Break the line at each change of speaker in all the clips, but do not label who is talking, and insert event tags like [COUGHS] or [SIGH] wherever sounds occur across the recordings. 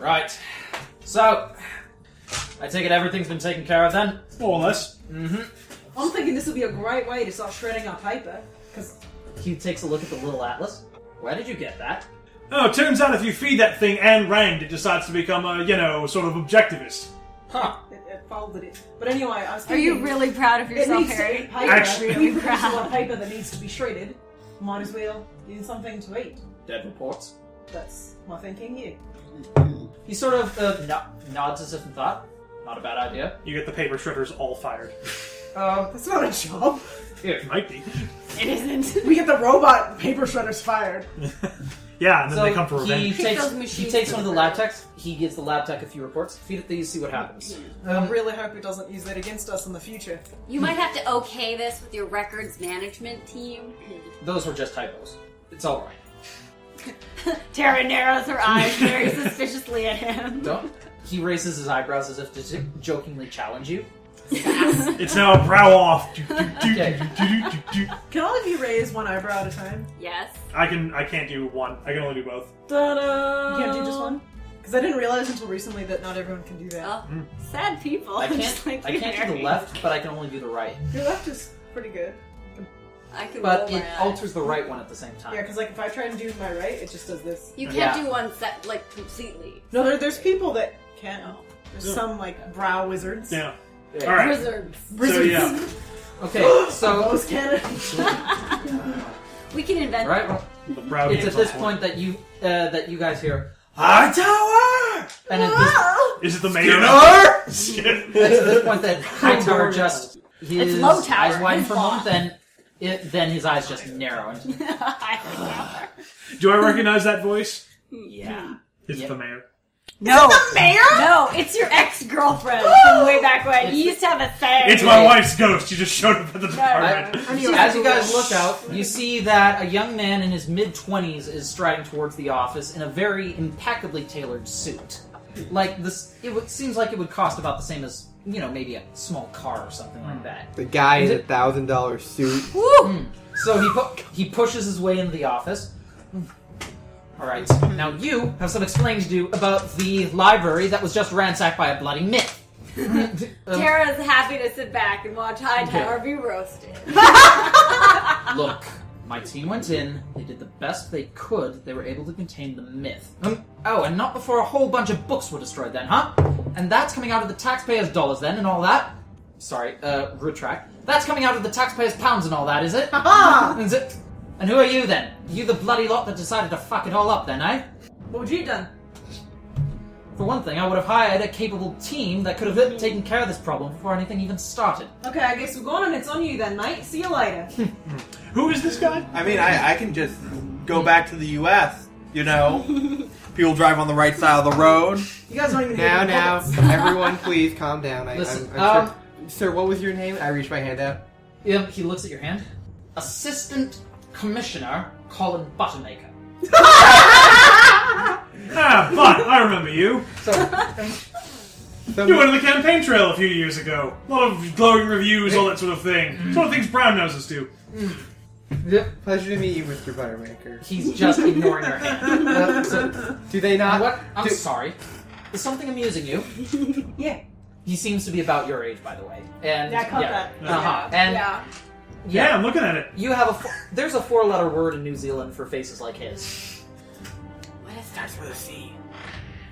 Right. So, I take it everything's been taken care of then?
More or less.
I'm thinking this would be a great way to start shredding our paper. Because
He takes a look at the little atlas. Where did you get that?
Oh, turns out if you feed that thing Ayn Rand, it decides to become a, you know, sort of objectivist.
Huh.
it, it folded it. But anyway, I was
Are
thinking.
you really proud of
It
yourself,
needs to
Harry?
eat
Actually-
paper. Actually,
Really
we produce a lot
proud.
of paper that needs to be shredded. Might as well use something to eat.
Dead reports.
That's my thinking here.
He sort of uh, no- nods as if in thought. Not a bad idea.
You get the paper shredders all fired. [LAUGHS]
Um,
Oh, That's not a job.
here.
Might be.
It isn't.
We get the robot paper shredders fired.
Yeah, and then
So
they come for
he
revenge.
takes,
those
he
machines
takes
to
one of
the
the lab techs, he gives the lab tech a few reports, feed it these, see what happens.
I really hope it doesn't use that against us in the future.
You might have to okay this with your records management team.
Those were just typos. It's alright.
Tara narrows her eyes very suspiciously at him.
Don't. He raises his eyebrows as if to j- jokingly challenge you.
[LAUGHS]
It's now a brow off. Do,
[LAUGHS]
do, do,
Okay.
do, do, do, do.
Can all of you raise one eyebrow at a time?
Yes.
I can I can't do one. I can only do both.
You
Ta-da!
can't do just one? Because Uh, I didn't realize until recently that not everyone can do that.
Oh, sad people.
I
Oh, [LAUGHS] Just
can't,
like
I
you,
can't do
Harry.
the left, but I can only do the right.
Your left is pretty good.
I can
But
roll
it
Oh, my eye.
alters the right one at the same time.
Yeah, because like if I try and do my right, it just does this.
You can't
Yeah.
do one set like completely.
No, there, there's people that can. There's some like brow wizards.
Yeah.
Yeah.
All right.
Wizards.
So
Wizards.
yeah.
Okay, so.
Those can.
[LAUGHS] We can invent. [LAUGHS]
Right? well,
The brow
It's at
game's
this
on
point that you uh, that you guys hear,
Hightower!
and at this,
Ah!
Is it the mayor? [LAUGHS]
it's [LAUGHS]
Skinner!
at this point that Hightower just his
Lowtower,
eyes widen
his
for a moment,
boss.
then it, then his eyes just narrow. And,
do I recognize that voice?
yeah,
It's
Yeah.
the mayor.
No. the mayor? No, it's your ex-girlfriend from way back when. You used to have a thing.
It's my wife's ghost. She just showed up at the department.
As you guys look out, you see that a young man in his mid 20s is striding towards the office in a very impeccably tailored suit. Like this it would, seems like it would cost about the same as, you know, maybe a small car or something like that.
The guy
Is
in a
it-
thousand dollar suit.
Woo!
So he pu- he pushes his way into the office. All right. Now you have some explaining to do about the library that was just ransacked by a bloody myth. Um,
Tara's happy to sit back and watch Hightower be [LAUGHS] roasted.
Um, Look, my team went in, they did the best they could, they were able to contain the myth. Um, oh, and not before a whole bunch of books were destroyed then, huh? And that's coming out of the taxpayers' dollars then and all that? Sorry, uh, retract. That's coming out of the taxpayers' pounds and all that, is it?
Ah!
Is it? And who are you then? You the bloody lot that decided to fuck it all up then, eh?
What would you have done?
For one thing, I would have hired a capable team that could have taken care of this problem before anything even started.
Okay, I guess we're gone and it's on you then, mate. See you later.
Who is this guy?
I mean, I, I can just go back to the U.S.
[LAUGHS]
You know, people drive on the right side of the road.
You guys don't even hear
Now,
[LAUGHS]
the
now, [LAUGHS]
bullets.
everyone, please calm down. I,
Listen,
I'm, I'm
um,
sure, sir, what was your name? I reached my hand out.
Yeah, he looks at your hand. Assistant Commissioner Colin Buttermaker.
Ah, but I remember you.
Some-
You went on the campaign trail a few years ago. A lot of glowing reviews, all that sort of thing. Sort of things brown noses do.
pleasure to meet you,
[LAUGHS]
Mr. Buttermaker.
He's just ignoring your hand. Uh, so-
Do they not?
what? I'm
do-
sorry. Is something amusing you?
Yeah.
He seems to be about your age, by the way. And
Yeah, I caught that.
Uh-huh. And yeah,
yeah.
Yeah, I'm looking at it.
you have a. Four, there's a four-letter word in New Zealand for faces like his.
What is that?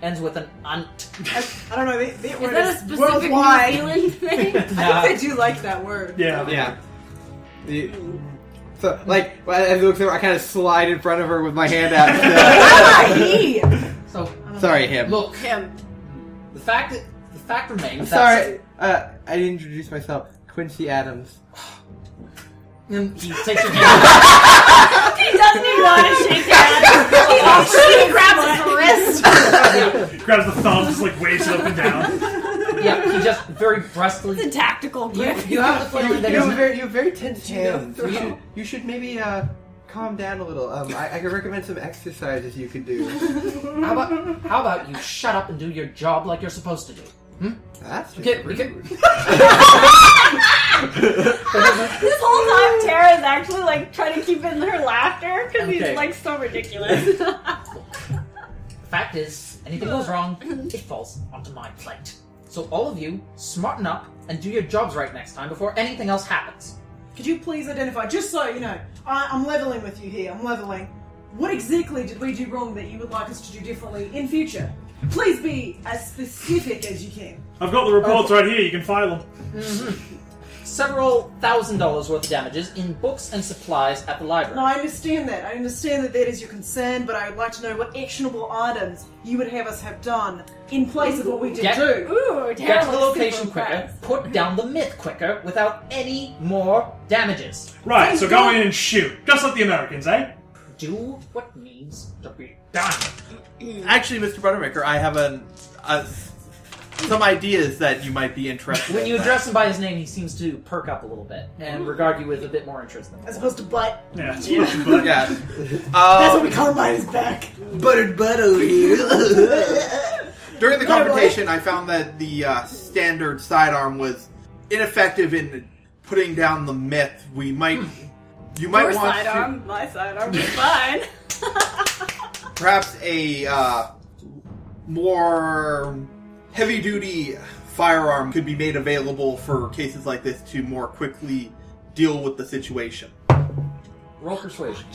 Ends with an unt.
I, I don't know. They, they
Is
were
that a specific
worldwide.
New [LAUGHS] Zealand thing?
I think they do like that word. [LAUGHS]
Yeah.
Yeah. The- so, like, as it looks over, I kind of slide in front of her with my hand out.
[LAUGHS]
Ah, he.
So
so- sorry, him.
look,
Him.
the fact that the fact remains. that-
Sorry, uh, I didn't introduce myself. Quincy Adams.
And he takes your hand.
He doesn't even want [LAUGHS] to shake hands. He also he [LAUGHS] grabs his wrist.
[LAUGHS]
yeah,
Grabs the thumb, just like waves it up and down.
yeah, he just very brusquely.
It's a [LAUGHS] tactical
You,
grip.
you have the
You,
feeling that
you
he's
have a very, you have very tense hands.
throw.
You should, you should maybe uh, calm down a little. Um, I, I could recommend some exercises you could do.
How about how about you shut up and do your job like you're supposed to do?
That's just
Okay,
rude. [LAUGHS]
okay.
This whole time, Tara is actually like trying to keep in her laughter because
Okay.
[LAUGHS] he's like so ridiculous.
Fact is, anything goes wrong, it falls onto my plate. So all of you, smarten up and do your jobs right next time before anything else happens.
Could you please identify, just so you know, I, I'm leveling with you here, I'm leveling. What exactly did we do wrong that you would like us to do differently in future? Please be as specific as you can.
I've got the reports right here. You can file them.
Several thousand dollars worth of damages in books and supplies at the library.
Now, I understand that. I understand that that is your concern, but I would like to know what actionable items you would have us have done in place of what we did
Get-
do.
Ooh,
Get
Tara
to the
looks
location eh?
super
quicker,
impressed.
put down the myth quicker without any more damages.
Right, so go
God.
in and shoot. Just like the Americans, eh?
Do what needs to be done.
[LAUGHS] Actually, Mr. Buttermaker, I have an, a, some ideas that you might be interested
When
in.
you address him by his name, he seems to perk up a little bit and regard you with a bit more interest than
Mm-hmm. As opposed to butt.
Yeah.
But, [LAUGHS] yeah.
That's what
Um,
we call him by his back.
buttered butt over you. [LAUGHS] During the confrontation, I found that the uh, standard sidearm was ineffective in putting down the myth. We might,
Hmm.
you might
Your
want
sidearm, my sidearm was fine.
to, perhaps a uh, more heavy-duty firearm could be made available for cases like this to more quickly deal with the situation.
Roll persuasion.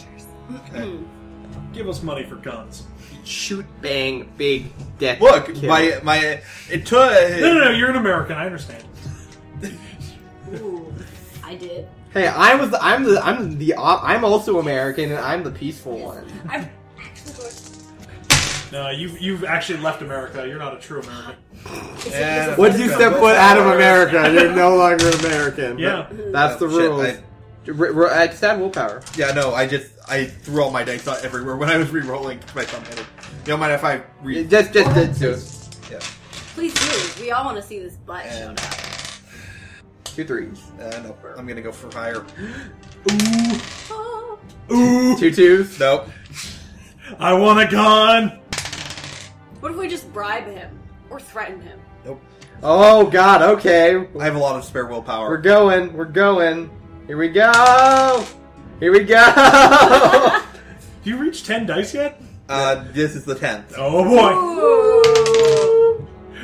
Give us money for guns.
Shoot, bang, big deck.
Look,
kill.
my my it took.
No, no, no. You're an American. I understand.
Ooh. [LAUGHS]
I did.
Hey, I was the, I'm the I'm the I'm also American and I'm the peaceful one.
I'm actually going.
No, you've you've actually left America. You're not a true American.
Yeah.
Once you step foot out of America, you're no longer American.
Yeah.
that's the
Oh, shit,
rule.
I-
I just add willpower.
Yeah, no, I just I threw all my dice out everywhere when I was re-rolling. 'cause My thumb hit it. You don't mind if I re?
Just just did two,
Yeah.
Please do. We all want to see this butt shown
And,
up.
two threes,
uh, no, I'm gonna go
[GASPS]
for higher.
Oh,
Ooh,
two twos.
Nope.
I want a gun.
[GASPS] What if we just bribe him or threaten him?
Nope.
Oh God. Okay,
I have a lot of spare
we're
willpower. [LAUGHS]
going. We're going. Here we go. Here we go.
Do you reach ten dice yet?
[LAUGHS] Uh, this is the tenth.
Oh boy.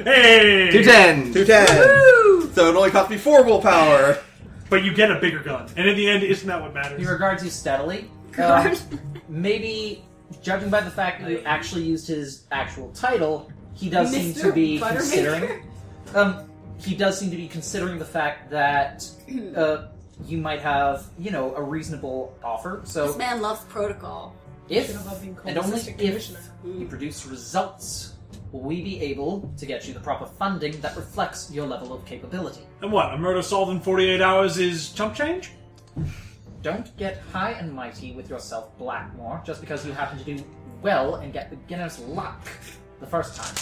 Hey.
two tens.
Two tens. So it only cost me four willpower.
But you get a bigger gun, and in the end, isn't that what matters?
He regards you
[LAUGHS]
steadily. Um, maybe judging by the fact that you actually used his actual title, he does seem to
Mr.
be
Buttermaker?
considering. Um, he does seem to be considering the fact that uh, you might have, you know, a reasonable offer.
This
So
man loves protocol.
if
Should've been called
and only
assistant
if
commissioner. Hmm.
you produce results, will we be able to get you the proper funding that reflects your level of capability.
And what? A murder solved in 48 hours is chump change?
Don't get high and mighty with yourself, Blackmore, just because you happen to do well and get beginner's luck the first time.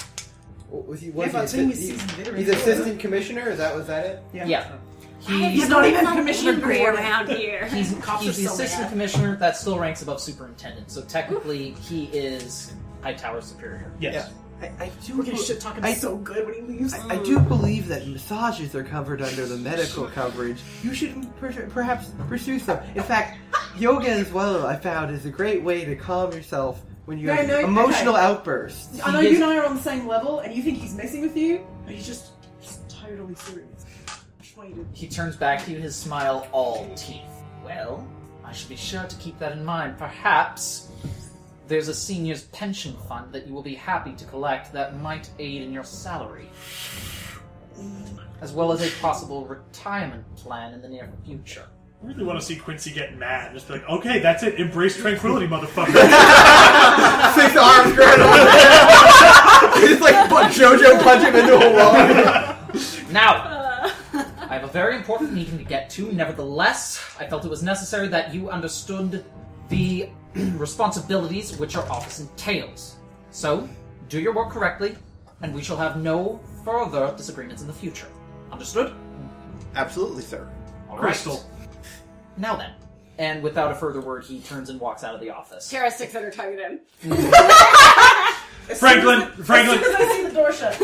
Yeah, but then we see some veterans.
He's assistant commissioner. Is that was that it?
Yeah.
He's not even Commissioner
angry
Gordon. [LAUGHS]
around here.
He's,
Cops
he's
are
the
so
assistant
mad.
commissioner that still ranks above superintendent, so technically he is Hightower superior.
Yes.
I, I
We're gonna shit talk him
I-
so good when he leaves.
I, I do believe that massages are covered under the medical coverage. You should per- perhaps pursue some. In fact, yoga as well, I found, is a great way to calm yourself when you
No,
have
no,
emotional
okay.
outbursts.
[LAUGHS] I know
He
you
is-
and I are on the same level, and you think he's messing with you, but he's just, just totally serious. I just want you to
He turns back to you, his smile all teeth. Well, I should be sure to keep that in mind. Perhaps there's a senior's pension fund that you will be happy to collect that might aid in your salary. As well as a possible retirement plan in the near future.
I really want to see Quincy get mad. Just be like, okay, that's it. Embrace tranquility, motherfucker. [LAUGHS]
Six arms girdled. It's like punch, JoJo punch him into a wall.
Now,
Uh,
I have a very important meeting to get to. Nevertheless, I felt it was necessary that you understood the [CLEARS THROAT] responsibilities which your office entails. So, do your work correctly, and we shall have no further disagreements in the future. Understood?
Absolutely, sir.
All right.
Crystal.
Now then. And without a further word, he turns and walks out of the office.
Tara sticks at her tongue at him.
Franklin. Franklin.
[LAUGHS] I see the door shut.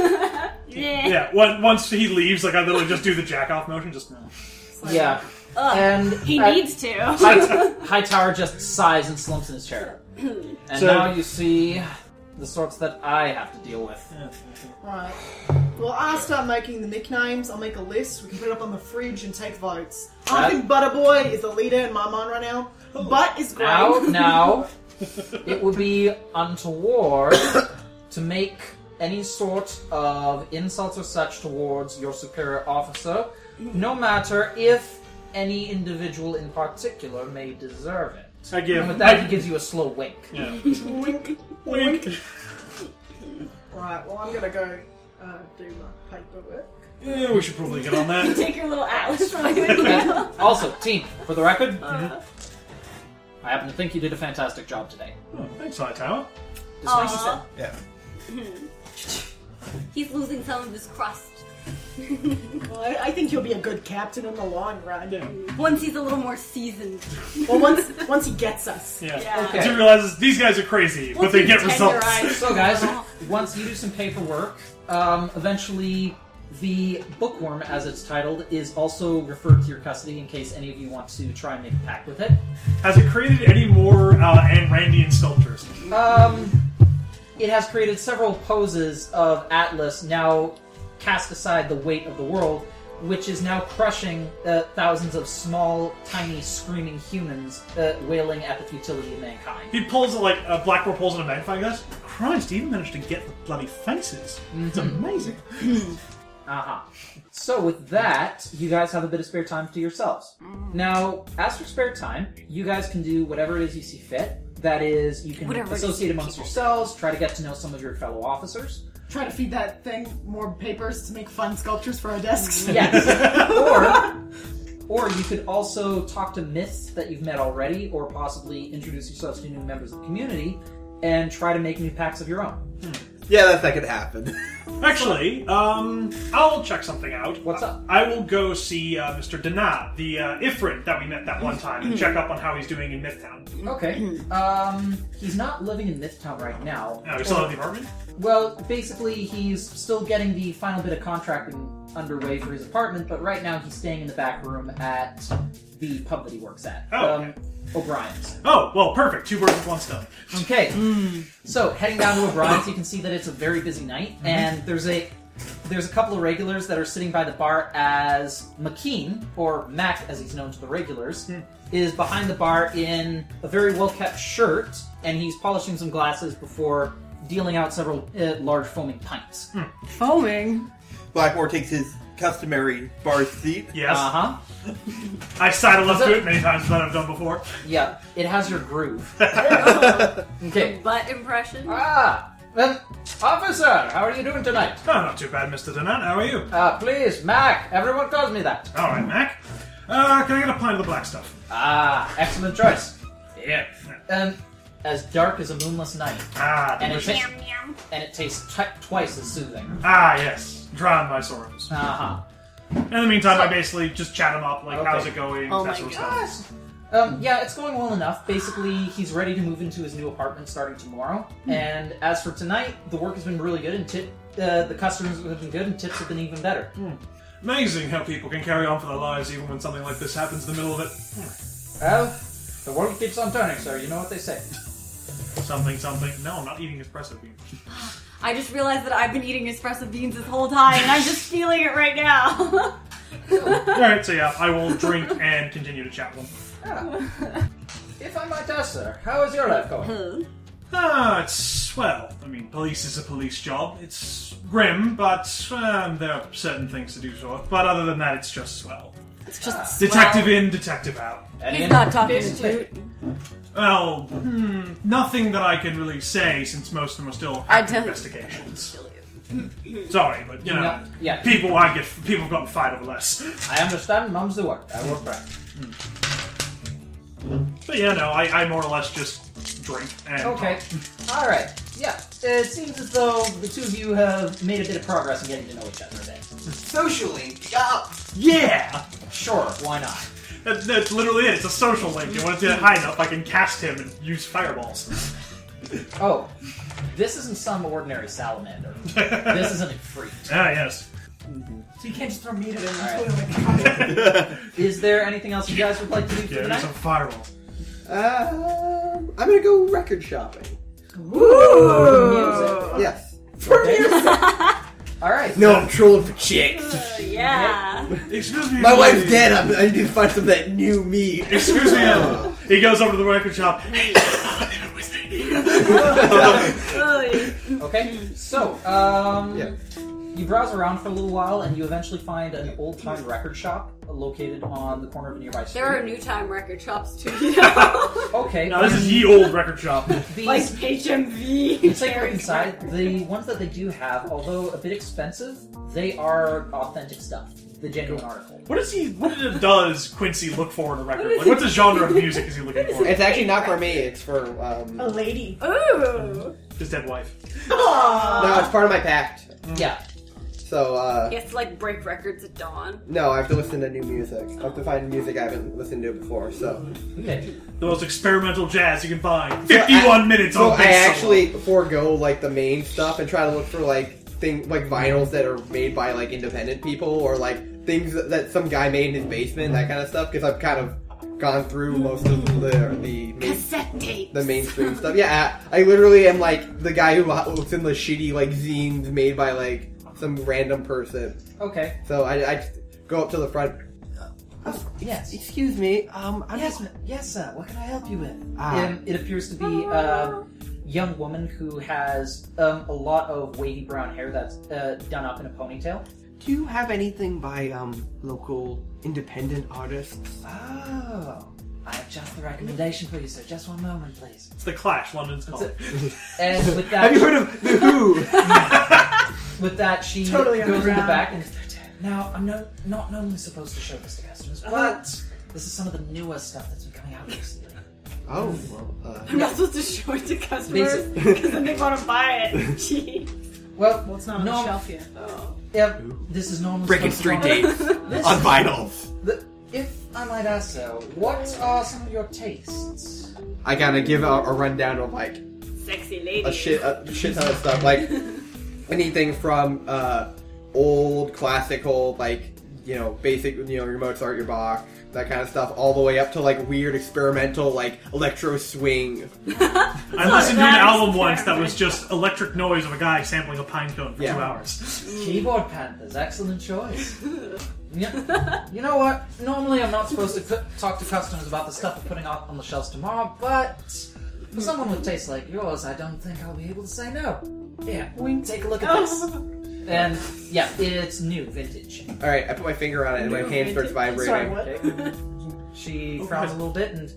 Yeah.
Yeah. on- Once he leaves, like I literally just do the jack off motion. Just
Yeah.
Ugh.
And
He
uh,
needs to.
High- Hightower just sighs and slumps in his chair. And
So-
now you see the sorts that I have to deal with.
Right. Well, I'll start making the nicknames. I'll make a list. We can put it up on the fridge and take votes. I
Right.
think Butterboy is the leader in my mind right now. Butt is great.
Now, now, it would be untoward to make any sort of insults or such towards your superior officer, no matter if any individual in particular may deserve it.
I give.
And with that,
I-
he gives you a slow wink.
yeah.
Wink.
Wink.
Right. Well, I'm gonna go uh, do my paperwork.
Yeah, we should probably get on
You [LAUGHS]
that.
[LAUGHS] take your little atlas from my [LAUGHS] window.
Also, team, for the record, I happen to think you did a fantastic job today.
Oh, thanks, Hightower.
Dismiss
Aw. Hmm.
yourself.
Yeah.
He's losing some of his crust.
Well, I, I think he'll be a good captain in the long run.
Yeah.
Once he's a little more seasoned.
Well, once once he gets us.
Yeah.
Yeah.
Okay.
Once he realizes these guys are crazy, but
Once
they
he's
get results.
tenderized.
So, guys, once you do some paperwork, um, eventually the bookworm, as it's titled, is also referred to your custody in case any of you want to try and make a pact with it.
Has it created any more uh, Ayn Randian sculptures?
Um, it has created several poses of Atlas, now cast aside the weight of the world, which is now crushing uh, thousands of small, tiny, screaming humans uh, wailing at the futility of mankind.
He pulls it like uh, Blackmore pulls in a magnifying glass. Christ, he even managed to get the bloody faces. It's
Mhm.
amazing.
Uh-huh. So with that, you guys have a bit of spare time to yourselves.
Mm.
Now, as for spare time, you guys can do whatever it is you see fit. That is, you can
Whatever it is
associate
you
amongst
see fit.
yourselves, try to get to know some of your fellow officers.
[LAUGHS]
Try to feed that thing more papers to make fun sculptures for
[LAUGHS]
our desks.
Yes. or, or you could also talk to myths that you've met already, or possibly introduce yourselves to new members of the community and try to make new packs of your own.
Yeah, that, that could happen.
Actually, um, I'll check something out.
What's up?
I will go see uh, Mr. Danat, the uh, Ifrit that we met that
Mm.
one time, and check up on how he's doing in Mythtown.
[CLEARS THROAT]
Okay. Um, he's not living in Mythtown right now.
Now, he's still in the apartment?
Well, basically, he's still getting the final bit of contracting underway for his apartment, but right now he's staying in the back room at the pub that he works at. Um,
Oh, okay.
O'Brien's.
Oh, well, perfect. Two birds with one stone.
Okay. So heading down to O'Brien's, you can see that it's a very busy night,
Mm-hmm.
and there's a there's a couple of regulars that are sitting by the bar as McKean, or Mac as he's known to the regulars,
Hmm.
is behind the bar in a very well kept shirt, and he's polishing some glasses before dealing out several uh, large foaming pints.
Foaming.
Blackmore takes his customary bar seat.
Yes.
Uh huh.
I've sidled up
Is
to
it-
it many times that I've done before. [LAUGHS]
Yeah, it has your groove. okay.
Butt impression.
Ah, um, officer, how are you doing tonight?
Oh, not too bad, Mr. Danat. How are you?
Uh, please, Mac. Everyone calls me that.
All right, Mac. Uh, can I get a pint of the black stuff?
Ah, excellent choice.
Yeah.
Um, as dark as a moonless night,
Ah,
and it,
delicious.
ta- and it tastes t- twice as soothing.
Ah, yes. Drown my sorrows.
Uh huh.
In the meantime, I basically just chat him up, like,
Okay.
how's it going?
Oh
that
my
sort of
gosh.
stuff.
Um, yeah, it's going well enough. Basically, he's ready to move into his new apartment starting tomorrow. And as for tonight, the work has been really good, and tip, uh, the customers have been good, and tips have been even better.
Amazing how people can carry on for their lives even when something like this happens in the middle of it.
Well, the world keeps on turning, sir. You know what they say.
Something, something. No, I'm not eating espresso beans.
I just realized that I've been eating espresso beans this whole time, and I'm just feeling it
[LAUGHS]
right now.
[LAUGHS] Alright, so yeah, I will drink and continue to chat with him.
Ah. [LAUGHS] if I might ask, sir, how is your life going?
[LAUGHS]
Ah, it's well. I mean, police is a police job. It's grim, but um, there are certain things to do for it. But other than that, it's just swell.
it's just
Detective in, detective out.
Any
He's not talking
indication?
to.
Well, hmm, nothing that I can really say since most of them are still
I
active
tell you.
investigations. Sorry, but you know,
No, yeah.
people I get people have gotten fired over less.
I understand. Mum's the word. I will cry.
But yeah, no, I, I more or less just drink and
Okay. All right. Yeah. It seems as though the two of you have made a bit of progress in getting to know each other. Then.
Socially, yeah.
yeah.
Sure. Why not?
That, that's literally it. It's a social link. And when it's high enough, I can cast him and use fireballs.
Oh, this isn't some ordinary salamander. this isn't a freak.
Ah, yes.
So you can't just throw meat at him.
All
and just go like,
[LAUGHS] Is there anything else you guys would like to do for
Yeah, there's
the night?
some fireballs.
Um, I'm gonna go record shopping.
Music.
Yes.
Okay. [LAUGHS] All right.
No, I'm trolling for chicks.
Oh, yeah.
Excuse me.
My
please.
wife's dead. I'm, I need to find some of that new
[LAUGHS]
meat.
Excuse me. uh, He goes over to the record shop. Hey,
Oh,
Really. [LAUGHS]
Okay.
Hmm.
So, um,
Yeah.
you browse around for a little while, and you eventually find an old-time record shop located on the corner of a nearby street.
There are new time record shops too,
[LAUGHS]
you know?
Okay.
now this is ye old record shop.
these,
like HMV.
It's like right inside. The ones that they do have, although a bit expensive, they are authentic stuff. The genuine article.
What is he? What does Quincy look for in a record? Like, what's the genre of music is he looking
[LAUGHS]
for?
It's actually not gourmet. It's for um.
A lady.
Ooh.
His dead wife.
No, it's part of my pact.
Yeah.
So uh,
You have to like break records at dawn.
no, I have to listen to new music. I have to find music I haven't listened to before. So,
Okay.
The most experimental jazz you can find. Fifty-one minutes
so
on
I
this song.
actually forego like the main stuff and try to look for like thing like vinyls that are made by like independent people or like things that, that some guy made in his basement, that kind of stuff. Because I've kind of gone through most of the the main
Cassette tape.
the mainstream stuff. Yeah, I I literally am like the guy who looks in the shitty like zines made by like some random person.
Okay.
So I, I just go up to the front.
Yes.
Excuse me. Um, I'm
Yes, ma- yes, sir. What can I help you with?
Ah.
Um, it appears to be a young woman who has um, a lot of wavy brown hair that's uh, done up in a ponytail.
Do you have anything by um local independent artists?
Oh, I have just the recommendation for you, sir. Just one moment,
[LAUGHS]
please.
It's the Clash. London's calling.
And with that,
Have you heard of the Who?
with that, she
Totally
goes in the
underground.
back and. Now, I'm no, not normally supposed to show this to customers,
Uh-huh.
but this is some of the newer stuff that's been coming out recently.
[LAUGHS]
[LAUGHS]
oh, well, uh,
[LAUGHS] I'm not supposed to show it to customers
Basic-
[LAUGHS]
because then they want to buy it. Gee.
Well,
Well, it's not on
No.
the shelf yet.
yeah, this is normal.
Breaking
stuff
street
from-
dates
This-
on vinyls.
The- if I might ask, so, what are some of your tastes?
I gotta give a, a rundown of like
Sexy lady.
a shit a shit ton of stuff.
[LAUGHS]
Like anything from uh old classical, like you know, basic you know, your Mozart, your Bach, that kind of stuff, all the way up to like weird experimental, like electro swing.
I listened to an
That's
album once that was just electric noise of a guy sampling a pine cone for
Yeah.
two hours.
Keyboard Panthers, excellent
[LAUGHS]
choice. Yeah. You know what? Normally I'm not supposed to cu- talk to customers about the stuff we're putting out on the shelves tomorrow, but for someone with tastes like yours, I don't think I'll be able to say no. Yeah, we take a look at
[LAUGHS]
this. And yeah, it's new, vintage.
All right, I put my finger on it and my hand starts vibrating.
Sorry, what?
Okay. She frowns a little bit and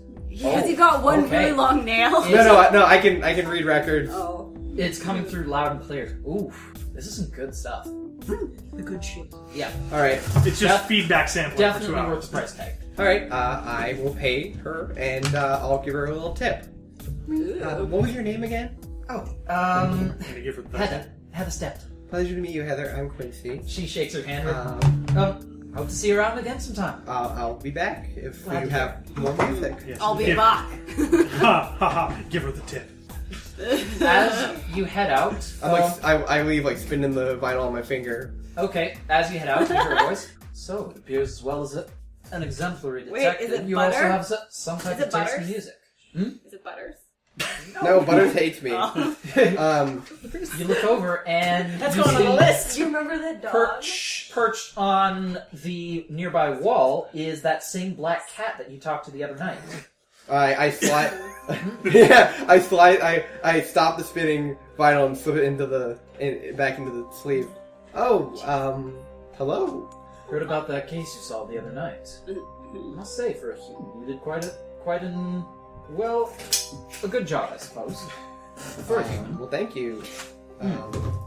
Oh,
Has he got one
Okay.
really long nail?
Yeah.
No, no, I- no. I can, I can read records.
[LAUGHS] Oh.
it's coming through loud and clear. Ooh, this is some good stuff.
The good shit.
Yeah,
All right,
It's just
Def-
feedback sampling for
definitely
two
worth
hours.
the price tag.
all right. Uh, I will pay her, and uh, I'll give her a little tip. Uh, what was your name again?
Oh, um,
I'm gonna give her the-
Heather, Heather stepped.
Pleasure to meet you, Heather. I'm Quincy.
She shakes her hand.
Uh,
um, hope to see you around again sometime.
I'll, I'll be back if
Glad
you
to
have more music.
Yes,
I'll be [LAUGHS]
give-
back.
[LAUGHS] Ha ha ha! Give her the tip.
As you head out,
I'm
um,
like, I, I leave like spinning the vinyl on my finger.
okay. As you head out, you hear a voice. So it appears as well as a, an exemplary
Wait, is
detective.
it
you also
butter?
have so- some type
Is it
of taste
butter?
in music.
Is it Butters?
No, Butters hates me. [LAUGHS] um,
You look over
[LAUGHS]
and
That's
you
going on
see
the list.
Do you remember that dog?
Perch, perched on the nearby wall is that same black cat that you talked to the other night.
I, I slide. [LAUGHS] yeah, I slide. I, I stop the spinning vinyl and slip it into the in, back into the sleeve. Oh, um, hello.
Heard about that case you saw the other night.
Mm-hmm.
I must say, for a human, you did quite a quite an well, a good job, I suppose. For a
Um,
human.
well, thank you. Um,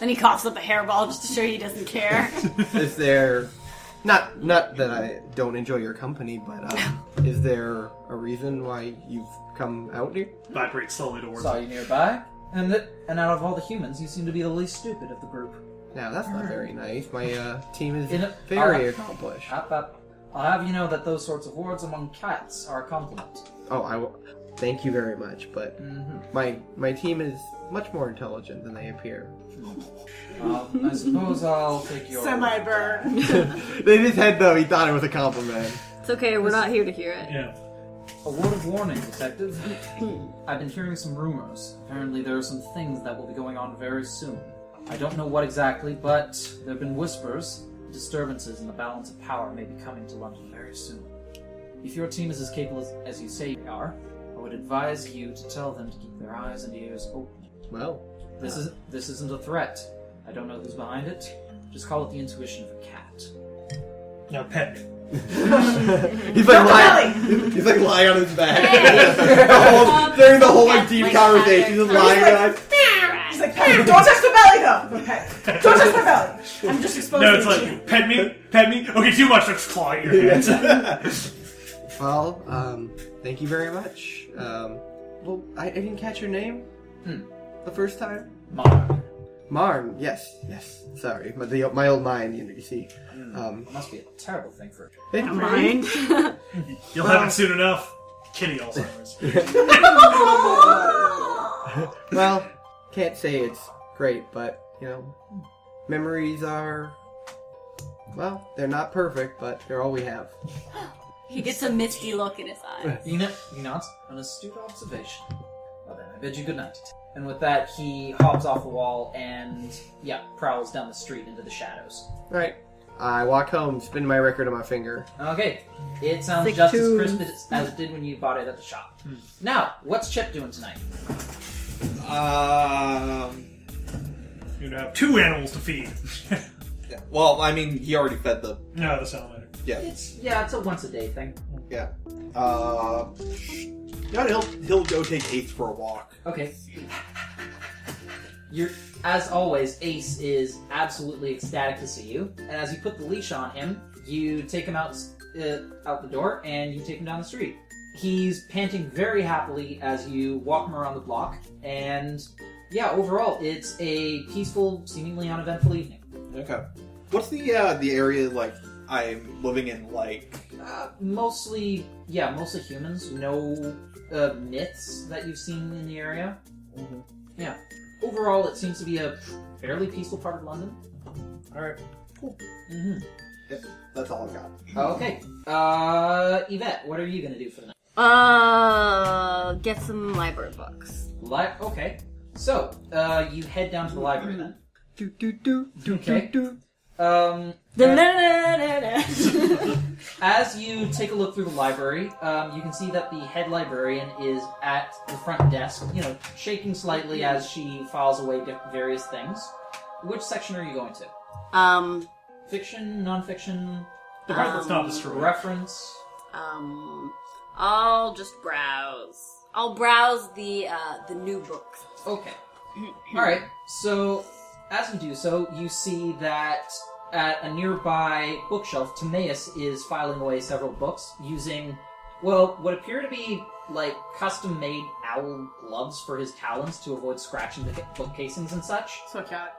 Then he coughs up a hairball just to show you he doesn't
[LAUGHS]
care.
is there not not that I don't enjoy your company, but um, is there a reason why you've come out here?
Vibrate slowly towards.
Saw you nearby, and that, and out of all the humans, you seem to be the least stupid of the group.
Now that's not very nice. My uh, team is
In a-
very
I'll-
accomplished.
Hap, hap. I'll have you know that those sorts of words among cats are a compliment.
Oh, I will. Thank you very much, but my my team is much more intelligent than they appear.
Well, Um, I suppose I'll take your
Semi burn.
In his head, though, he thought it was a compliment.
It's okay, we're not here to hear it.
Yeah.
A word of warning, Detective. [CLEARS THROAT] I've been hearing some rumors. Apparently, there are some things that will be going on very soon. I don't know what exactly, but there have been whispers. Disturbances in the balance of power may be coming to London very soon. If your team is as capable as, as you say they are, I would advise you to tell them to keep their eyes and ears open.
Well,
This is this isn't a threat. I don't know who's behind it. Just call it the intuition of a cat.
Now pet me.
he's like
[LAUGHS]
lying. He's like lying on his back. [LAUGHS] the whole, Oh, during the whole like deep
Like,
conversation, he's just lying on.
He's like, hey, don't touch the belly, though. Okay, don't touch my belly. I'm just exposing
No, it's
it to Oh, you.
like pet me, pet me. Okay, too much. Let's claw at your hands.
Well, um, thank you very much. Um, well, I, I didn't catch your name
Hmm.
the first time.
Monarch.
Marn. Yes, yes. Sorry, my the, my old mind. You, know, you see. Um,
It must be a terrible thing for a cat.
it-
You'll have it soon enough. Kitty Alzheimer's.
Well, can't say it's great, but you know, memories are. Well, they're not perfect, but they're all we have.
[LAUGHS] He gets a misty look in his eye.
You know, you know, it's an astute observation. Well then, I bid you good night. And with that, he hops off the wall and yeah, prowls down the street into the shadows.
All right. I walk home, spin my record on my finger.
Okay, it sounds
Sick
just
tunes.
as crisp as, as it did when you bought it at the shop. Now, what's Chip doing tonight?
Um,
You'd have two animals to feed. [LAUGHS]
yeah. Well, I mean, he already fed the.
no, the salamander.
Yeah.
It's yeah, it's a once a day thing.
Yeah. Uh, yeah, he'll he'll go take Ace for a walk.
Okay. You're, as always, Ace is absolutely ecstatic to see you. And as you put the leash on him, you take him out uh, out the door and you take him down the street. He's panting very happily as you walk him around the block. And yeah, overall, it's a peaceful, seemingly uneventful evening.
Okay. What's the uh, the area like I'm living in? Like,
Uh, mostly, yeah, mostly humans. No uh, myths that you've seen in the area.
Mm-hmm.
Yeah. Overall, it seems to be a fairly peaceful part of London.
all right,
hmm
that's all I got.
Okay. Uh, Yvette, what are you gonna do for the night?
Uh, get some library books.
Li- okay. So, uh, you head down to the library then.
Do do do do
Okay.
[LAUGHS]
do do.
Um,
Da-da-da-da-da.
as you take a look through the library, um, you can see that the head librarian is at the front desk, you know, shaking slightly as she files away di- various things. Which section are you going to?
[LAUGHS] um,
Fiction, nonfiction,
The rifle's not destroyed.
reference?
um, I'll just browse. I'll browse the uh the new books.
Okay. All right. So, as you do so, you see that at a nearby bookshelf, Timaeus is filing away several books using, well, what appear to be like custom-made owl gloves for his talons to avoid scratching the book casings and such.
So cat.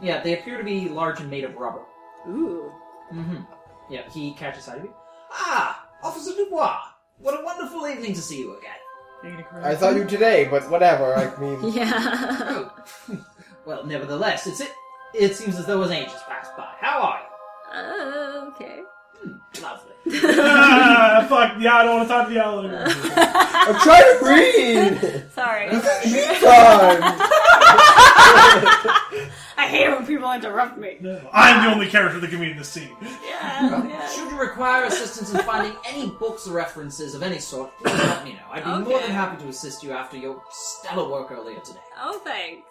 Yeah, they appear to be large and made of rubber.
Ooh.
Mm-hmm. Yeah, he catches sight of you. Ah, Officer Dubois! What a wonderful evening to see you again.
I saw you today, but whatever. I
[LAUGHS]
mean,
Yeah.
Oh, [LAUGHS] well, nevertheless, it's it. It seems as though an age has passed by. How are
Uh, okay. [LAUGHS]
you? Lovely.
ah, fuck. Yeah, I don't want to talk to the owl anymore.
[LAUGHS] I'm trying to [LAUGHS] read.
Sorry.
Time.
I hate it when people interrupt me.
I'm the only character that can be in this scene.
[LAUGHS] Yeah. yeah.
Should you require assistance in finding any books or references of any sort, please let me know. I'd be more than
Okay.
happy to assist you after your stellar work earlier today.
Oh, thanks.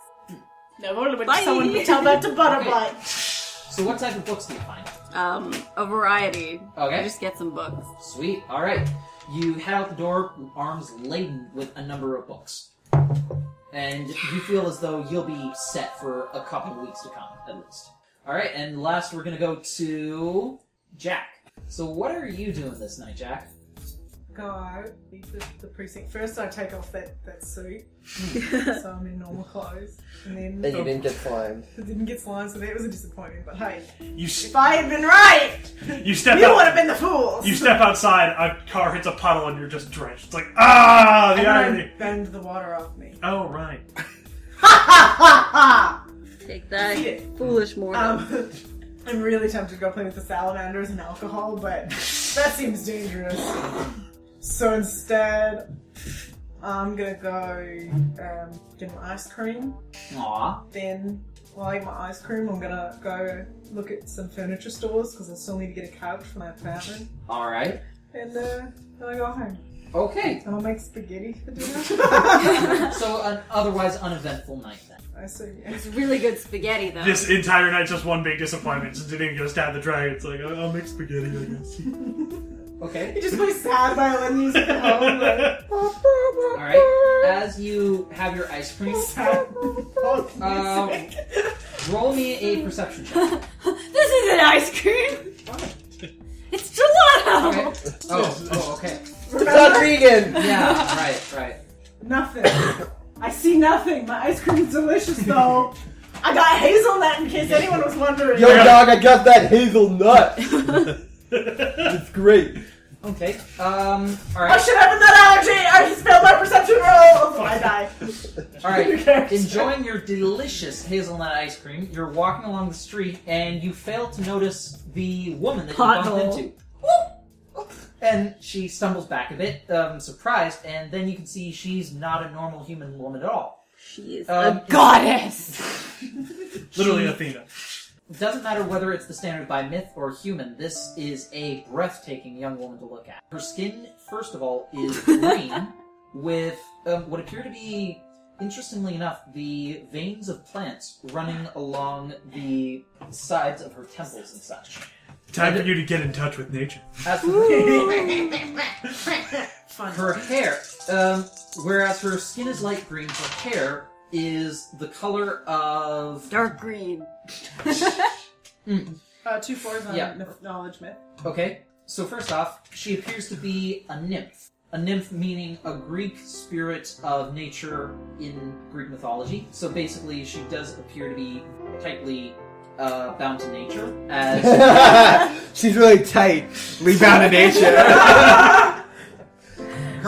No wonder when
Bye.
someone would tell that to Butterfly.
So, what type of books do you find?
Um, a variety.
Okay.
I just get some books.
Sweet. All right. You head out the door, arms laden with a number of books, and you feel as though you'll be set for a couple of weeks to come, at least. All right. And last, we're gonna go to Jack. So, what are you doing this night, Jack?
Go leave the, the precinct first. I take off that that suit, so I'm in normal clothes, and then
Then you didn't get slimed.
I didn't get slimed, so that was a disappointment. But hey,
You s-
if I had been right,
you step
you
out-
would have been the
[LAUGHS]
fools.
You step outside, a car hits a puddle, and you're just drenched. It's like ah, the
and
irony.
I bend the water off
[LAUGHS]
me.
Oh right.
[LAUGHS] Take that,
Yeah.
foolish mortal.
Um, [LAUGHS] I'm really tempted to go play with the salamanders and alcohol, but that seems dangerous. So instead, I'm gonna go um, get my ice cream.
Aw.
Then, while I eat my ice cream, I'm gonna go look at some furniture stores because I still need to get a couch for my apartment.
Alright.
And uh, then I go home. [LAUGHS]
Okay.
And I'll make spaghetti for dinner.
So an otherwise uneventful night then.
I see. Yeah. [LAUGHS]
It's really good spaghetti, though. [LAUGHS]
This entire night's just one big disappointment since it didn't get us down the dragon. It's like, I'll make spaghetti, I guess.
Okay.
[LAUGHS] You just play sad violin music at home. Like,
All right.
[LAUGHS]
As you have your ice cream, um, roll me a perception
[LAUGHS]
check.
This isn't ice cream. It's gelato.
Okay. Oh, oh, okay.
It's not vegan!
Yeah. Right. Right.
nothing. [COUGHS] I see nothing. My ice cream's delicious though. I got hazelnut in case anyone was wondering.
Yo, dog, I got that hazelnut!
[LAUGHS]
it's great. [LAUGHS]
Okay. Um. All
I
right.
should have a nut allergy. I just failed my perception roll. I [LAUGHS] die.
All
[LAUGHS] Who
right.
cares?
Enjoying your delicious hazelnut ice cream, you're walking along the street and you fail to notice the woman that you bumped
Pothole.
into. And she stumbles back a bit, um, surprised, and then you can see she's not a normal human woman at all.
She is
Um,
a goddess.
[LAUGHS] Literally
She-
Athena.
Doesn't matter whether it's the standard by myth or human, this is a breathtaking young woman to look at. Her skin, first of all, is green with um, what appear to be, interestingly enough, the veins of plants running along the sides of her temples and such.
Time for you to get in touch with nature.
As for [LAUGHS]
Fun.
her hair, um, whereas her skin is light green, her hair is the color of.
Dark green.
Uh, two fours on
Yeah.
myth- knowledge myth.
Okay, so first off, she appears to be a nymph. A nymph meaning a Greek spirit of nature in Greek mythology. So basically, she does appear to be tightly uh, bound to nature. As
She's really tight. Rebound to nature.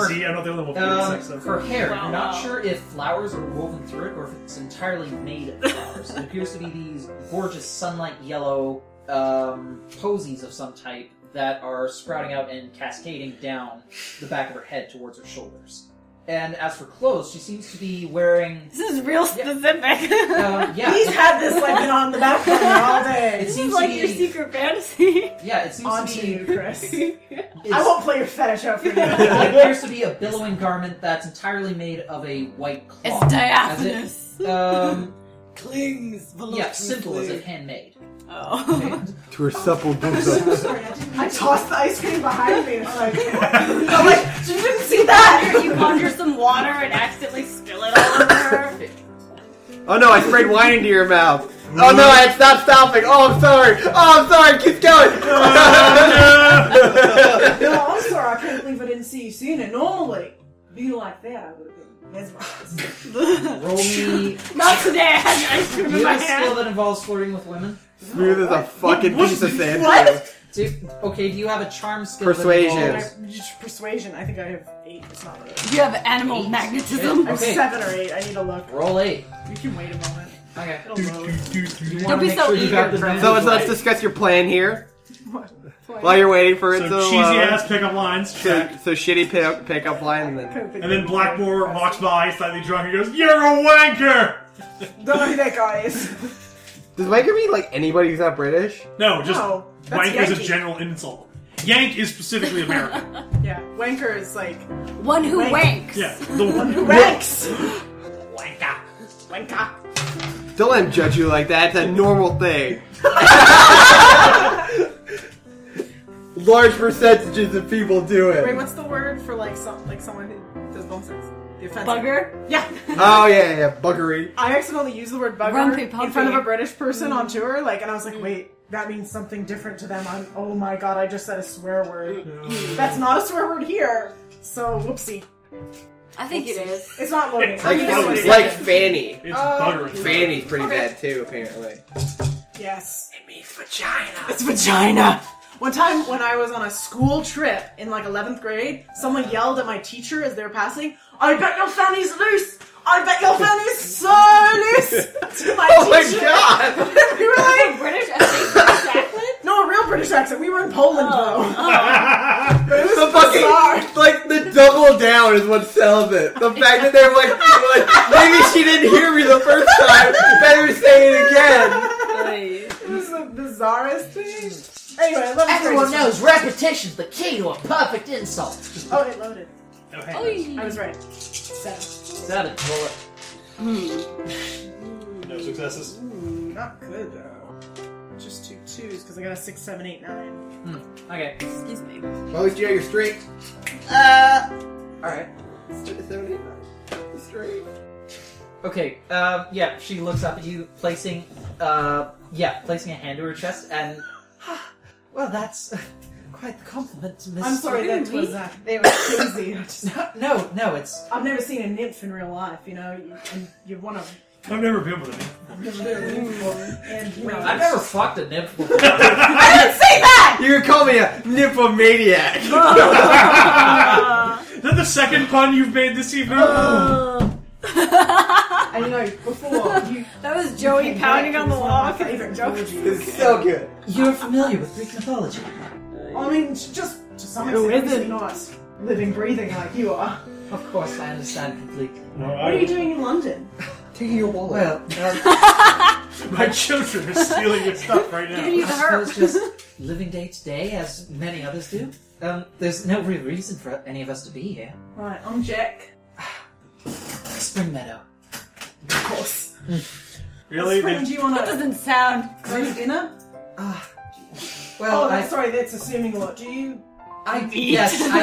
See, I'm not the only one with
um,
sex, though.
her hair,
Wow.
you're not sure if flowers are woven through it or if it's entirely made of flowers. it appears to be these gorgeous sunlight yellow um, posies of some type that are sprouting out and cascading down the back of her head towards her shoulders. And as for clothes, she seems to be wearing
This is real specific. [LAUGHS]
Um,
He's
yeah,
had this like been on the back burner all [LAUGHS]
it
day.
this is
seems
like
to
your
be.
secret [LAUGHS] fantasy.
Yeah, it seems
On
to
to
be.
you, [LAUGHS] Chris.
it's-
I won't play your fetish out
[LAUGHS]
for you.
it appears to be a billowing garment that's entirely made of a white cloth. as
It's
it-
diaphanous.
[LAUGHS] Um,
Clings,
yeah, simple as if handmade.
Oh.
to her supple
I'm
boobs.
[LAUGHS] sorry, I didn't- I tossed the ice cream behind me. and I'm [LAUGHS] like, I'm like, you didn't see that.
you wander some water and accidentally spill it all over her.
Oh no, I sprayed wine into your mouth. Oh no, it's not stopping. Oh, I'm sorry. Oh, I'm sorry. Keep
[LAUGHS]
going.
No, I'm sorry. I can't believe I didn't see you seeing it. Normally, if you like that, I would have been mesmerized.
[LAUGHS]
Roll [LAUGHS] me.
Not today. I had
Do
ice cream in
you
my
have a skill
hand.
that involves flirting with women?
Smooth as a fucking piece of sand.
What?
Do okay, do you have a charm skill?
Persuasion.
That
And I,
involves...
just persuasion. I think I have eight. It's not really.
You have animal
Eight.
magnetism.
I'm
Okay.
seven or eight. I need to look.
Roll eight.
You can wait a moment.
Okay.
It'll load.
[LAUGHS]
You
Don't
wanna
be
make
so
sure you
eager,
got the
Trevor.
advantage,
So, so let's
right?
discuss your plan here
What?
while you're waiting for it
So
to.
cheesy
load.
ass pickup lines,
So,
check.
so shitty pick, pick up line and then.
And then Blackmore walks by, slightly drunk, and goes, You're a wanker!
Don't know who that guy is. [LAUGHS]
Does Wanker mean like anybody who's not British?
No, just
No, that's
wank is a
Yankee.
general insult. Yank is specifically
[LAUGHS]
American.
Yeah, wanker is like
One who
Wank.
wanks.
yeah, the one who
ranks.
wanker.
Wanker.
Don't let him judge you like that. It's a normal thing. [LAUGHS] Large percentages of people do
Wait,
it.
what's the word for like some like someone who does nonsense? The offensive.
Bugger.
Yeah. [LAUGHS]
Oh yeah, yeah, buggery.
I accidentally used the word bugger
Grumpy
in
pumpy.
front of a British person
Mm.
on tour, like, and I was like, wait, that means something different to them. I'm, oh my god, I just said a swear word.
Mm.
That's not a swear word here. So whoopsie,
I think it
[LAUGHS]
is.
it's not loading.
It's
I
Like,
mean, it's loading.
like Fanny.
It's
Uh,
buttering. [LAUGHS]
Fanny's pretty bad too, apparently.
yes.
It's vagina.
One time when I was on a school trip in like 11th grade, someone yelled at my teacher as they were passing, I bet your fanny's loose! I bet your fanny's so loose! [LAUGHS] To my
Oh my
teacher. [LAUGHS]
god!
we were
[LAUGHS] A
like,
British accent.
Oh. no, a real British accent. We were in Poland though.
The fucking
bizarre.
like
[LAUGHS]
The fact that they're like, like, maybe she didn't hear me the first time. Better say it again.
This is the bizarrest thing. [LAUGHS] Anyway, level
Everyone
three.
knows repetition's the key to a perfect insult.
Oh, it loaded.
No hang
I was right. Seven.
Seven. Roll it.
Oh, No successes.
Ooh, not good though. Just two twos because I got a six, seven, eight, nine.
Okay.
Excuse me.
Well, at least you got your straight.
All right.
Seven, eight, nine. Straight.
Okay. Um, yeah. She looks up at you, placing, uh, yeah, placing a hand to her chest, and [SIGHS] well, that's [LAUGHS] quite the compliment, Miss.
I'm sorry, that
Really?
was uh, they were crazy. [LAUGHS] I just-
No, no, it's
I've never seen a nymph in real life. You know, you, and you want to.
I've never been with him.
And you know,
I've never fucked a nymph before.
I didn't say that!
You could call me a nymphomaniac. [LAUGHS]
Is that the second pun you've made this evening?
Oh. And you know, [LAUGHS] before you
That was Joey pounding on the wall.
Favorite joke.
It's so good.
[LAUGHS] You're familiar with Greek mythology.
I mean, just to some
Who
extent,
isn't?
obviously not living, breathing like you are.
Of course, I understand completely.
What are you doing in London?
Taking your wallet.
[LAUGHS] Well, um,
My children are stealing your stuff right now.
Giving you the
I
herp.
suppose just living day to day, as many others do. Um, there's no real reason for any of us to be here.
Right, I'm Jack.
Spring Meadow.
Of course.
Really?
Spring,
They-
do you want to
Doesn't sound.
go to dinner?
Well,
Oh,
I,
that's sorry, that's assuming a lot. Do you?
I yes,
[LAUGHS]
I,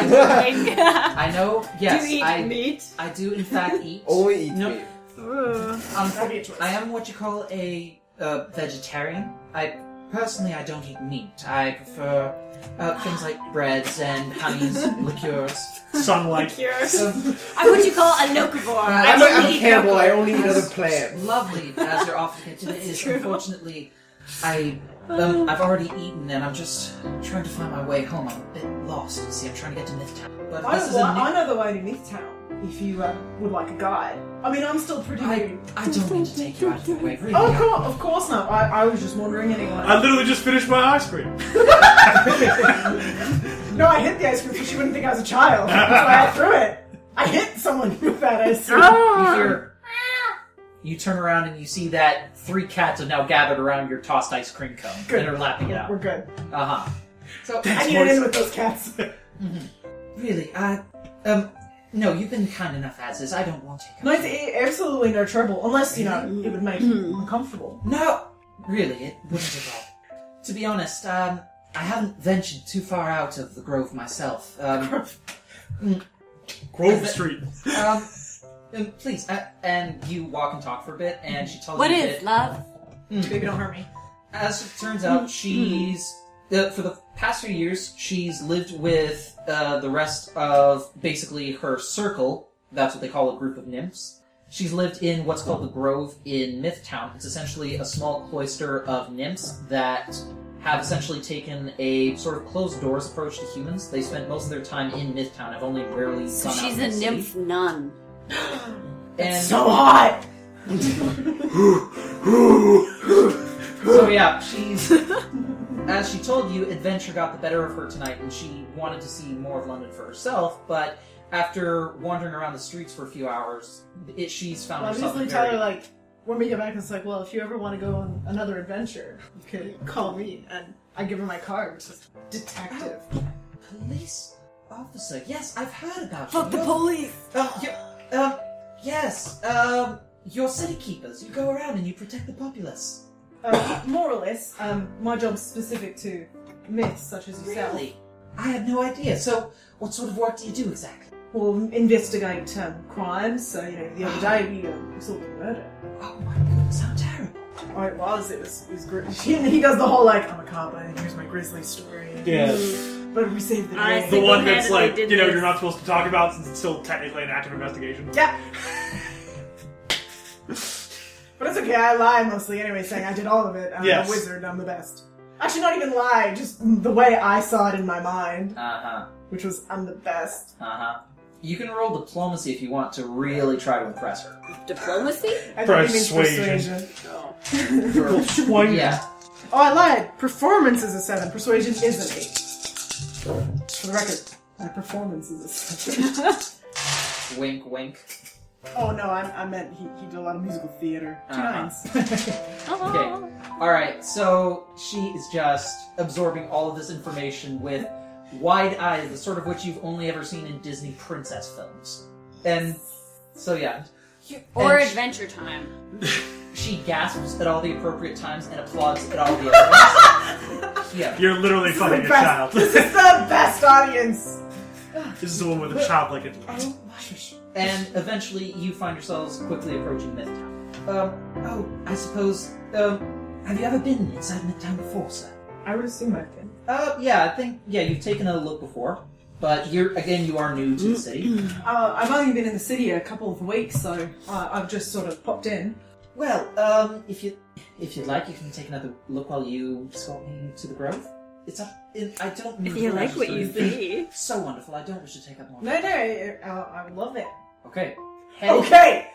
Yes,
[LAUGHS] I know. Yes,
Do you eat
I
meat?
I do in fact eat.
Only eats
No.
meat.
Um,
That'd be a choice.
I am what you call a uh, vegetarian. I personally I don't eat meat. I prefer uh, things like breads and honeys,
[LAUGHS]
liqueurs.
Sunlight.
[LAUGHS]
Um,
I'm what you call a locavore.
Uh,
I
I'm, a,
don't
I'm a
eat
cannibal. I
locavore.
only eat other plants.
lovely as your offer
[LAUGHS]
considered is.
true.
Unfortunately, I um, I've already eaten and I'm just trying to find my way home. I'm a bit lost. You see, I'm trying to get to Midtown, but
I,
this is
don't
a
want-
new.
I know the way to Midtown. If you uh, would like a guide, I mean, I'm still pretty
I,
new.
I don't mean to take you out of the way, really.
Oh,
I-
of course, of course not. I, I was just wondering anyway.
I literally just finished my ice cream.
no, I hit the ice cream because she wouldn't think I was a [LAUGHS] child. That's why I threw it. I hit someone [LAUGHS] with that ice cream.
You hear. You turn around and you see that three cats have now gathered around your tossed ice cream cone
Good.
and are lapping it
We're
out.
good.
Uh huh. So
I need it in with those cats.
really, I um no, you've been kind enough as is. I don't want to.
[LAUGHS] No, it's a- absolutely no trouble, unless you know it would make you uncomfortable.
No, really, it wouldn't at all. to be honest, um, I haven't ventured too far out of the grove myself. [LAUGHS] Um,
Grove Street.
um, and please, uh, and you walk and talk for a bit, and she tells
What
you
is
that-
love?
Baby, don't hurt me.
as it turns
Mm-hmm.
out, she's uh, for the past few years she's lived with uh, the rest of basically her circle. That's what they call a group of nymphs. She's lived in what's called the Grove in Mythtown. It's essentially a small cloister of nymphs that have essentially taken a sort of closed doors approach to humans. They spent most of their time in Mythtown. I've only rarely.
So
gone out
she's
in
a
the city.
nymph nun.
And
So hot.
So yeah, she's [LAUGHS] as she told you, adventure got the better of her tonight, and she wanted to see more of London for herself. But after wandering around the streets for a few hours, it, she's found
I
herself.
usually
a
tell her
Very,
like when we get back, it's like, well, if you ever want to go on another adventure, you could call me, and I give her my card. It's just detective.
police officer. Yes, I've heard about
Fuck
you.
the police.
Uh, you- um, yes, um, you're city keepers. You go around and you protect the populace.
Uh, more or less, um, my job's specific to myths such as yourself.
Really? I had no idea. So, what sort of work do you do exactly?
We'll investigate um, crimes. So you know, the other day we um, we saw the murder.
Oh my goodness, how terrible!
Oh, it was. It was. It was gr- [LAUGHS] he does the whole like, I'm a cowboy, and here's my grizzly story. But we saved the
I
day.
The one that's
Single-handedly
like,
did
you know,
this.
you're not supposed to talk about since it's still technically an active investigation.
Yeah. but it's okay. I lie mostly anyway, saying I did all of it. I'm
Yes.
a wizard. I'm the best. Actually, not even lie. Just the way I saw it in my mind,
Uh huh.
which was I'm the best.
Uh huh. You can roll diplomacy if you want to really try to impress her.
Diplomacy?
I think it means
Persuasion.
persuasion.
Swing.
Yeah.
[LAUGHS] Oh, I lied. Performance is a seven. Persuasion is an eight. For the record, my performance is a seven.
Wink, wink.
[LAUGHS] Oh no, I, I meant he, he did a lot of musical theater. 2
Uh-huh.
nines.
Okay. [LAUGHS] All right. So she is just absorbing all of this information with wide eyes, the sort of which you've only ever seen in Disney princess films. And so yeah,
Or
And-
Adventure Time.
she gasps at all the appropriate times and applauds at all the other ones. Yeah.
You're literally fucking a
best-
child.
This is the best audience.
This is the one with a child like it.
Oh, my-
And eventually, you find yourselves quickly approaching Midtown. Um. Oh, I suppose. Um. Have you ever been inside Midtown before, sir?
I would assume I've been.
Uh. Yeah. I think. Yeah. You've taken a look before, but you're again. You are new to the city.
Uh, I've only been in the city a couple of weeks, so uh, I've just sort of popped in.
Well, um, if you if you'd like, you can take another look while you escort me to the grove. It's up. It, I don't. mean
If
to
you
rush
like what
this,
you
but it's been
see.
So wonderful. I don't wish to take up more.
No, no, I, I would love it.
Okay. Head-
Okay.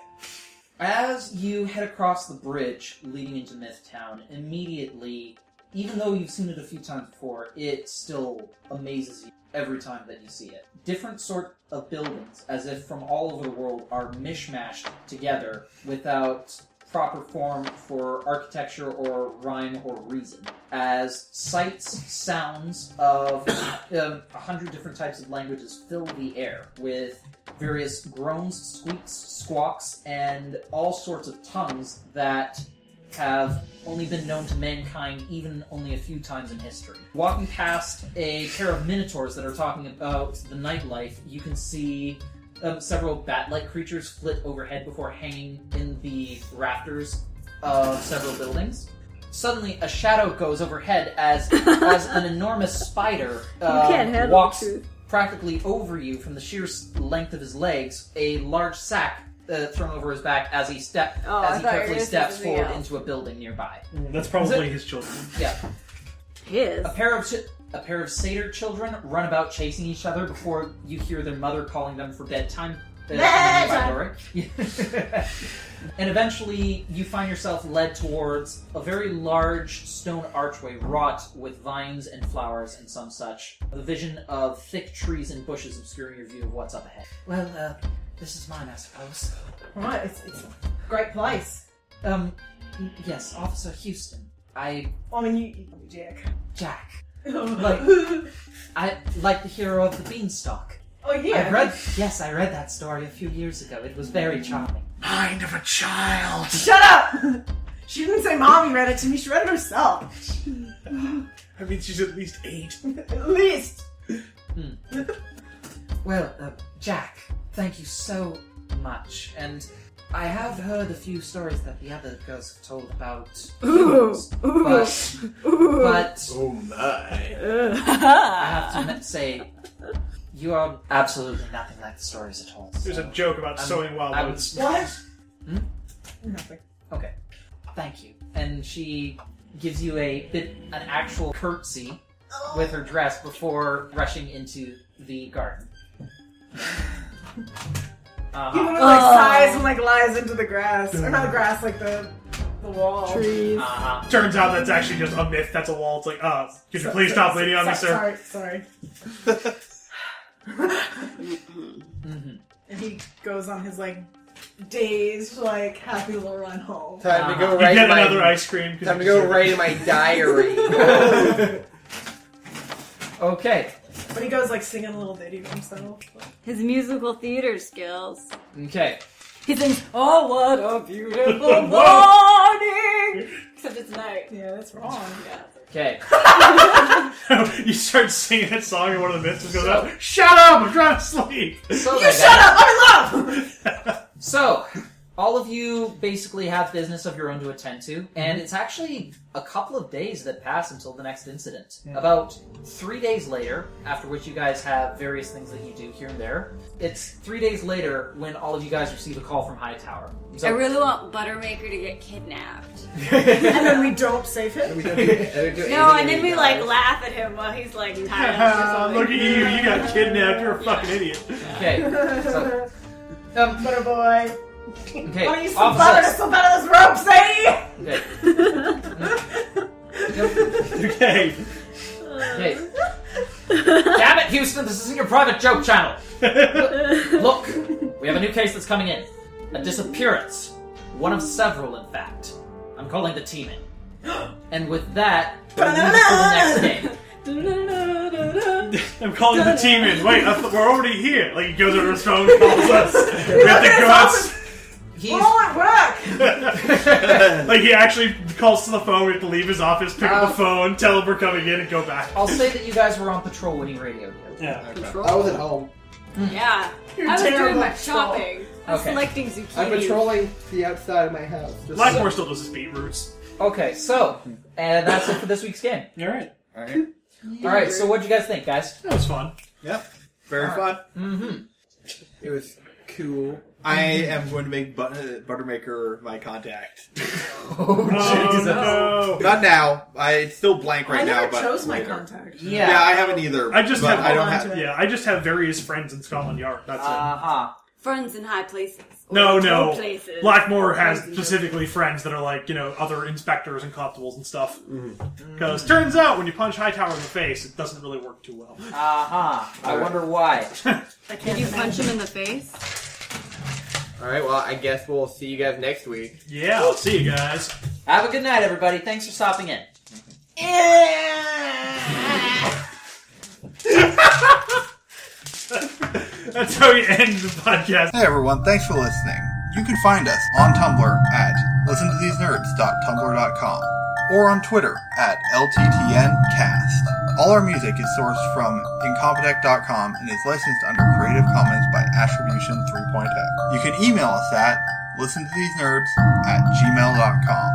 As you head across the bridge leading into Mythtown, immediately, even though you've seen it a few times before, it still amazes you every time that you see it. Different sort of buildings, as if from all over the world, are mishmashed together without proper form for architecture or rhyme or reason. As sights, sounds of [COUGHS] um, a hundred different types of languages fill the air with various groans, squeaks, squawks, and all sorts of tongues that have only been known to mankind even only a few times in history. Walking past a pair of minotaurs that are talking about the nightlife, you can see um, several bat-like creatures flit overhead before hanging in the rafters of several buildings. Suddenly, a shadow goes overhead
[LAUGHS]
as as an enormous spider uh,
can't handle the
walks
truth.
practically over you from the sheer s- length of his legs, a large sack uh, thrown over his back as he step
Oh, I
as he
thought you were
carefully
gonna say
steps
something
forward
else.
into a building nearby.
That's probably his children.
Yeah,
His. [LAUGHS]
a pair of ch- a pair of satyr children run about chasing each other before you hear their mother calling them for bedtime. [LAUGHS] uh,
Bedtime!
by Doric. [LAUGHS] and eventually, you find yourself led towards a very large stone archway wrought with vines and flowers and some such. The vision of thick trees and bushes obscuring your view of what's up ahead. Well, uh, this is mine, I suppose.
Right, it's, it's a great place.
Um, yes, Officer Houston. I,
I mean, you, you probably [LAUGHS] Jack.
Jack.
Like,
I like the hero of the beanstalk.
oh yeah.
I read. Yes, I read that story a few years ago. It was very charming.
Mind of a child.
[LAUGHS] Shut up. [LAUGHS] she didn't say mommy read it to me. She read it herself.
I mean, she's at least eight.
At least.
Well, uh, Jack, thank you so much. And I have heard a few stories that the other girls have told about humans, but, but
Oh my.
I have to admit- say you are absolutely nothing like the stories at all.
There's
so-
a joke about
I'm-
sowing
I'm-
wildwoods.
What?
Hmm?
Nothing.
Okay. Thank you. And she gives you a bit an actual curtsy with her dress before rushing into the
[LAUGHS]
garden.
He
Uh-huh.
literally like
Oh.
sighs and like lies into the grass, or not the grass, like the the wall.
Trees.
Uh-huh.
Turns out that's actually just a myth. That's a wall. It's like, uh, could you please stop leaning on me,
So-
sir?
Sorry, sorry.
[LAUGHS]
[LAUGHS]
Mhm.
And he goes on his like dazed, like happy little run home.
Time to go
Ah.
You
write
get
my,
another ice cream. 'cause
Time to
you
go
deserve
write in my [LAUGHS] diary.
Okay.
But he goes like singing a little ditty to himself.
His musical theater skills.
Okay.
He sings, Oh, what a beautiful
[LAUGHS]
morning! Except it's night.
Yeah, that's wrong.
Okay.
it. [LAUGHS] you start singing that song, and one of the myths just goes out. Shut up! I'm trying to sleep. [LAUGHS]
So
You shut up! I'm in love.
So, all of you basically have business of your own to attend to, and it's actually a couple of days that pass until the next incident. About three days later, after which you guys have various things that you do here and there, it's three days later when all of you guys receive a call from Hightower. So,
I really want Buttermaker to get kidnapped.
And then we don't save [LAUGHS] him.
[LAUGHS] We don't do- we don't do
No,
anything
and then
in
we
the
like
diary.
laugh at him while he's like tired. or
Ah,
something.
Look at you. You got kidnapped. You're a fucking idiot. [LAUGHS]
okay.
[LAUGHS]
So, um,
Butter boy.
okay.
Why don't you slip out of
Officer,
slip out of this rope, [LAUGHS] say?
okay.
Okay.
Okay.
[LAUGHS]
Damn it, Houston, this isn't your private joke channel. Look, We have a new case that's coming in. A disappearance. One of several, in fact. I'm calling the team in. [GASPS] And with that, we move to the next
[LAUGHS]
game.
[LAUGHS]
I'm calling the team in. Wait, I thought- we're already here. Like he goes over his phone, and calls us.
[LAUGHS]
We have to go out.
He's
We're all at
[LAUGHS]
work!
Like he actually calls to the phone. We have to leave his office, pick up the phone, tell him we're coming in, and go back.
Uh,
[LAUGHS]
I'll say that you guys were on patrol when he radioed you.
Yeah.
I was at home.
Yeah. I was doing
terrible
my
soul.
shopping. I was
Okay.
selecting zucchini.
I'm patrolling the outside of my house. Just
Blackmore still does his beat roots.
Okay, so and that's it for this week's game.
You're right.
Alright.
All right, so what'd you guys think, guys?
That
[LAUGHS]
was fun.
Yep. Very fun.
Mm-hmm.
[LAUGHS]
[LAUGHS]
It was cool.
I am going to make but- Buttermaker my contact.
Oh,
Oh, no.
Not now. I, it's still blank right
I
now.
never
but
chose my
later.
contact.
Yeah.
Yeah. I haven't either.
I just
but
have.
I don't
Hold on
have.
to it.
Yeah, I just have various friends in Scotland Yard. That's it.
Uh huh.
Friends in high places. Or
No,
low
no.
Places.
Blackmore has
Friends in-
specifically friends that are like you know other inspectors and constables and stuff.
Mm-hmm.
Because turns out when you punch Hightower in the face, it doesn't really work too well.
Uh huh. I wonder why.
Did you punch him in the face?
All right. Well, I guess we'll see you guys next week.
Yeah, I'll see you guys.
Have a good night, everybody. Thanks for stopping in.
That's how we end the podcast.
Hey everyone, thanks for listening. You can find us on Tumblr at listentothesenerds.tumblr.com or on Twitter at LTTNcast. All our music is sourced from incompetech.com and is licensed under Creative Commons by oh. Attribution 3.0. You can email us at listentothesenerds at gmail.com.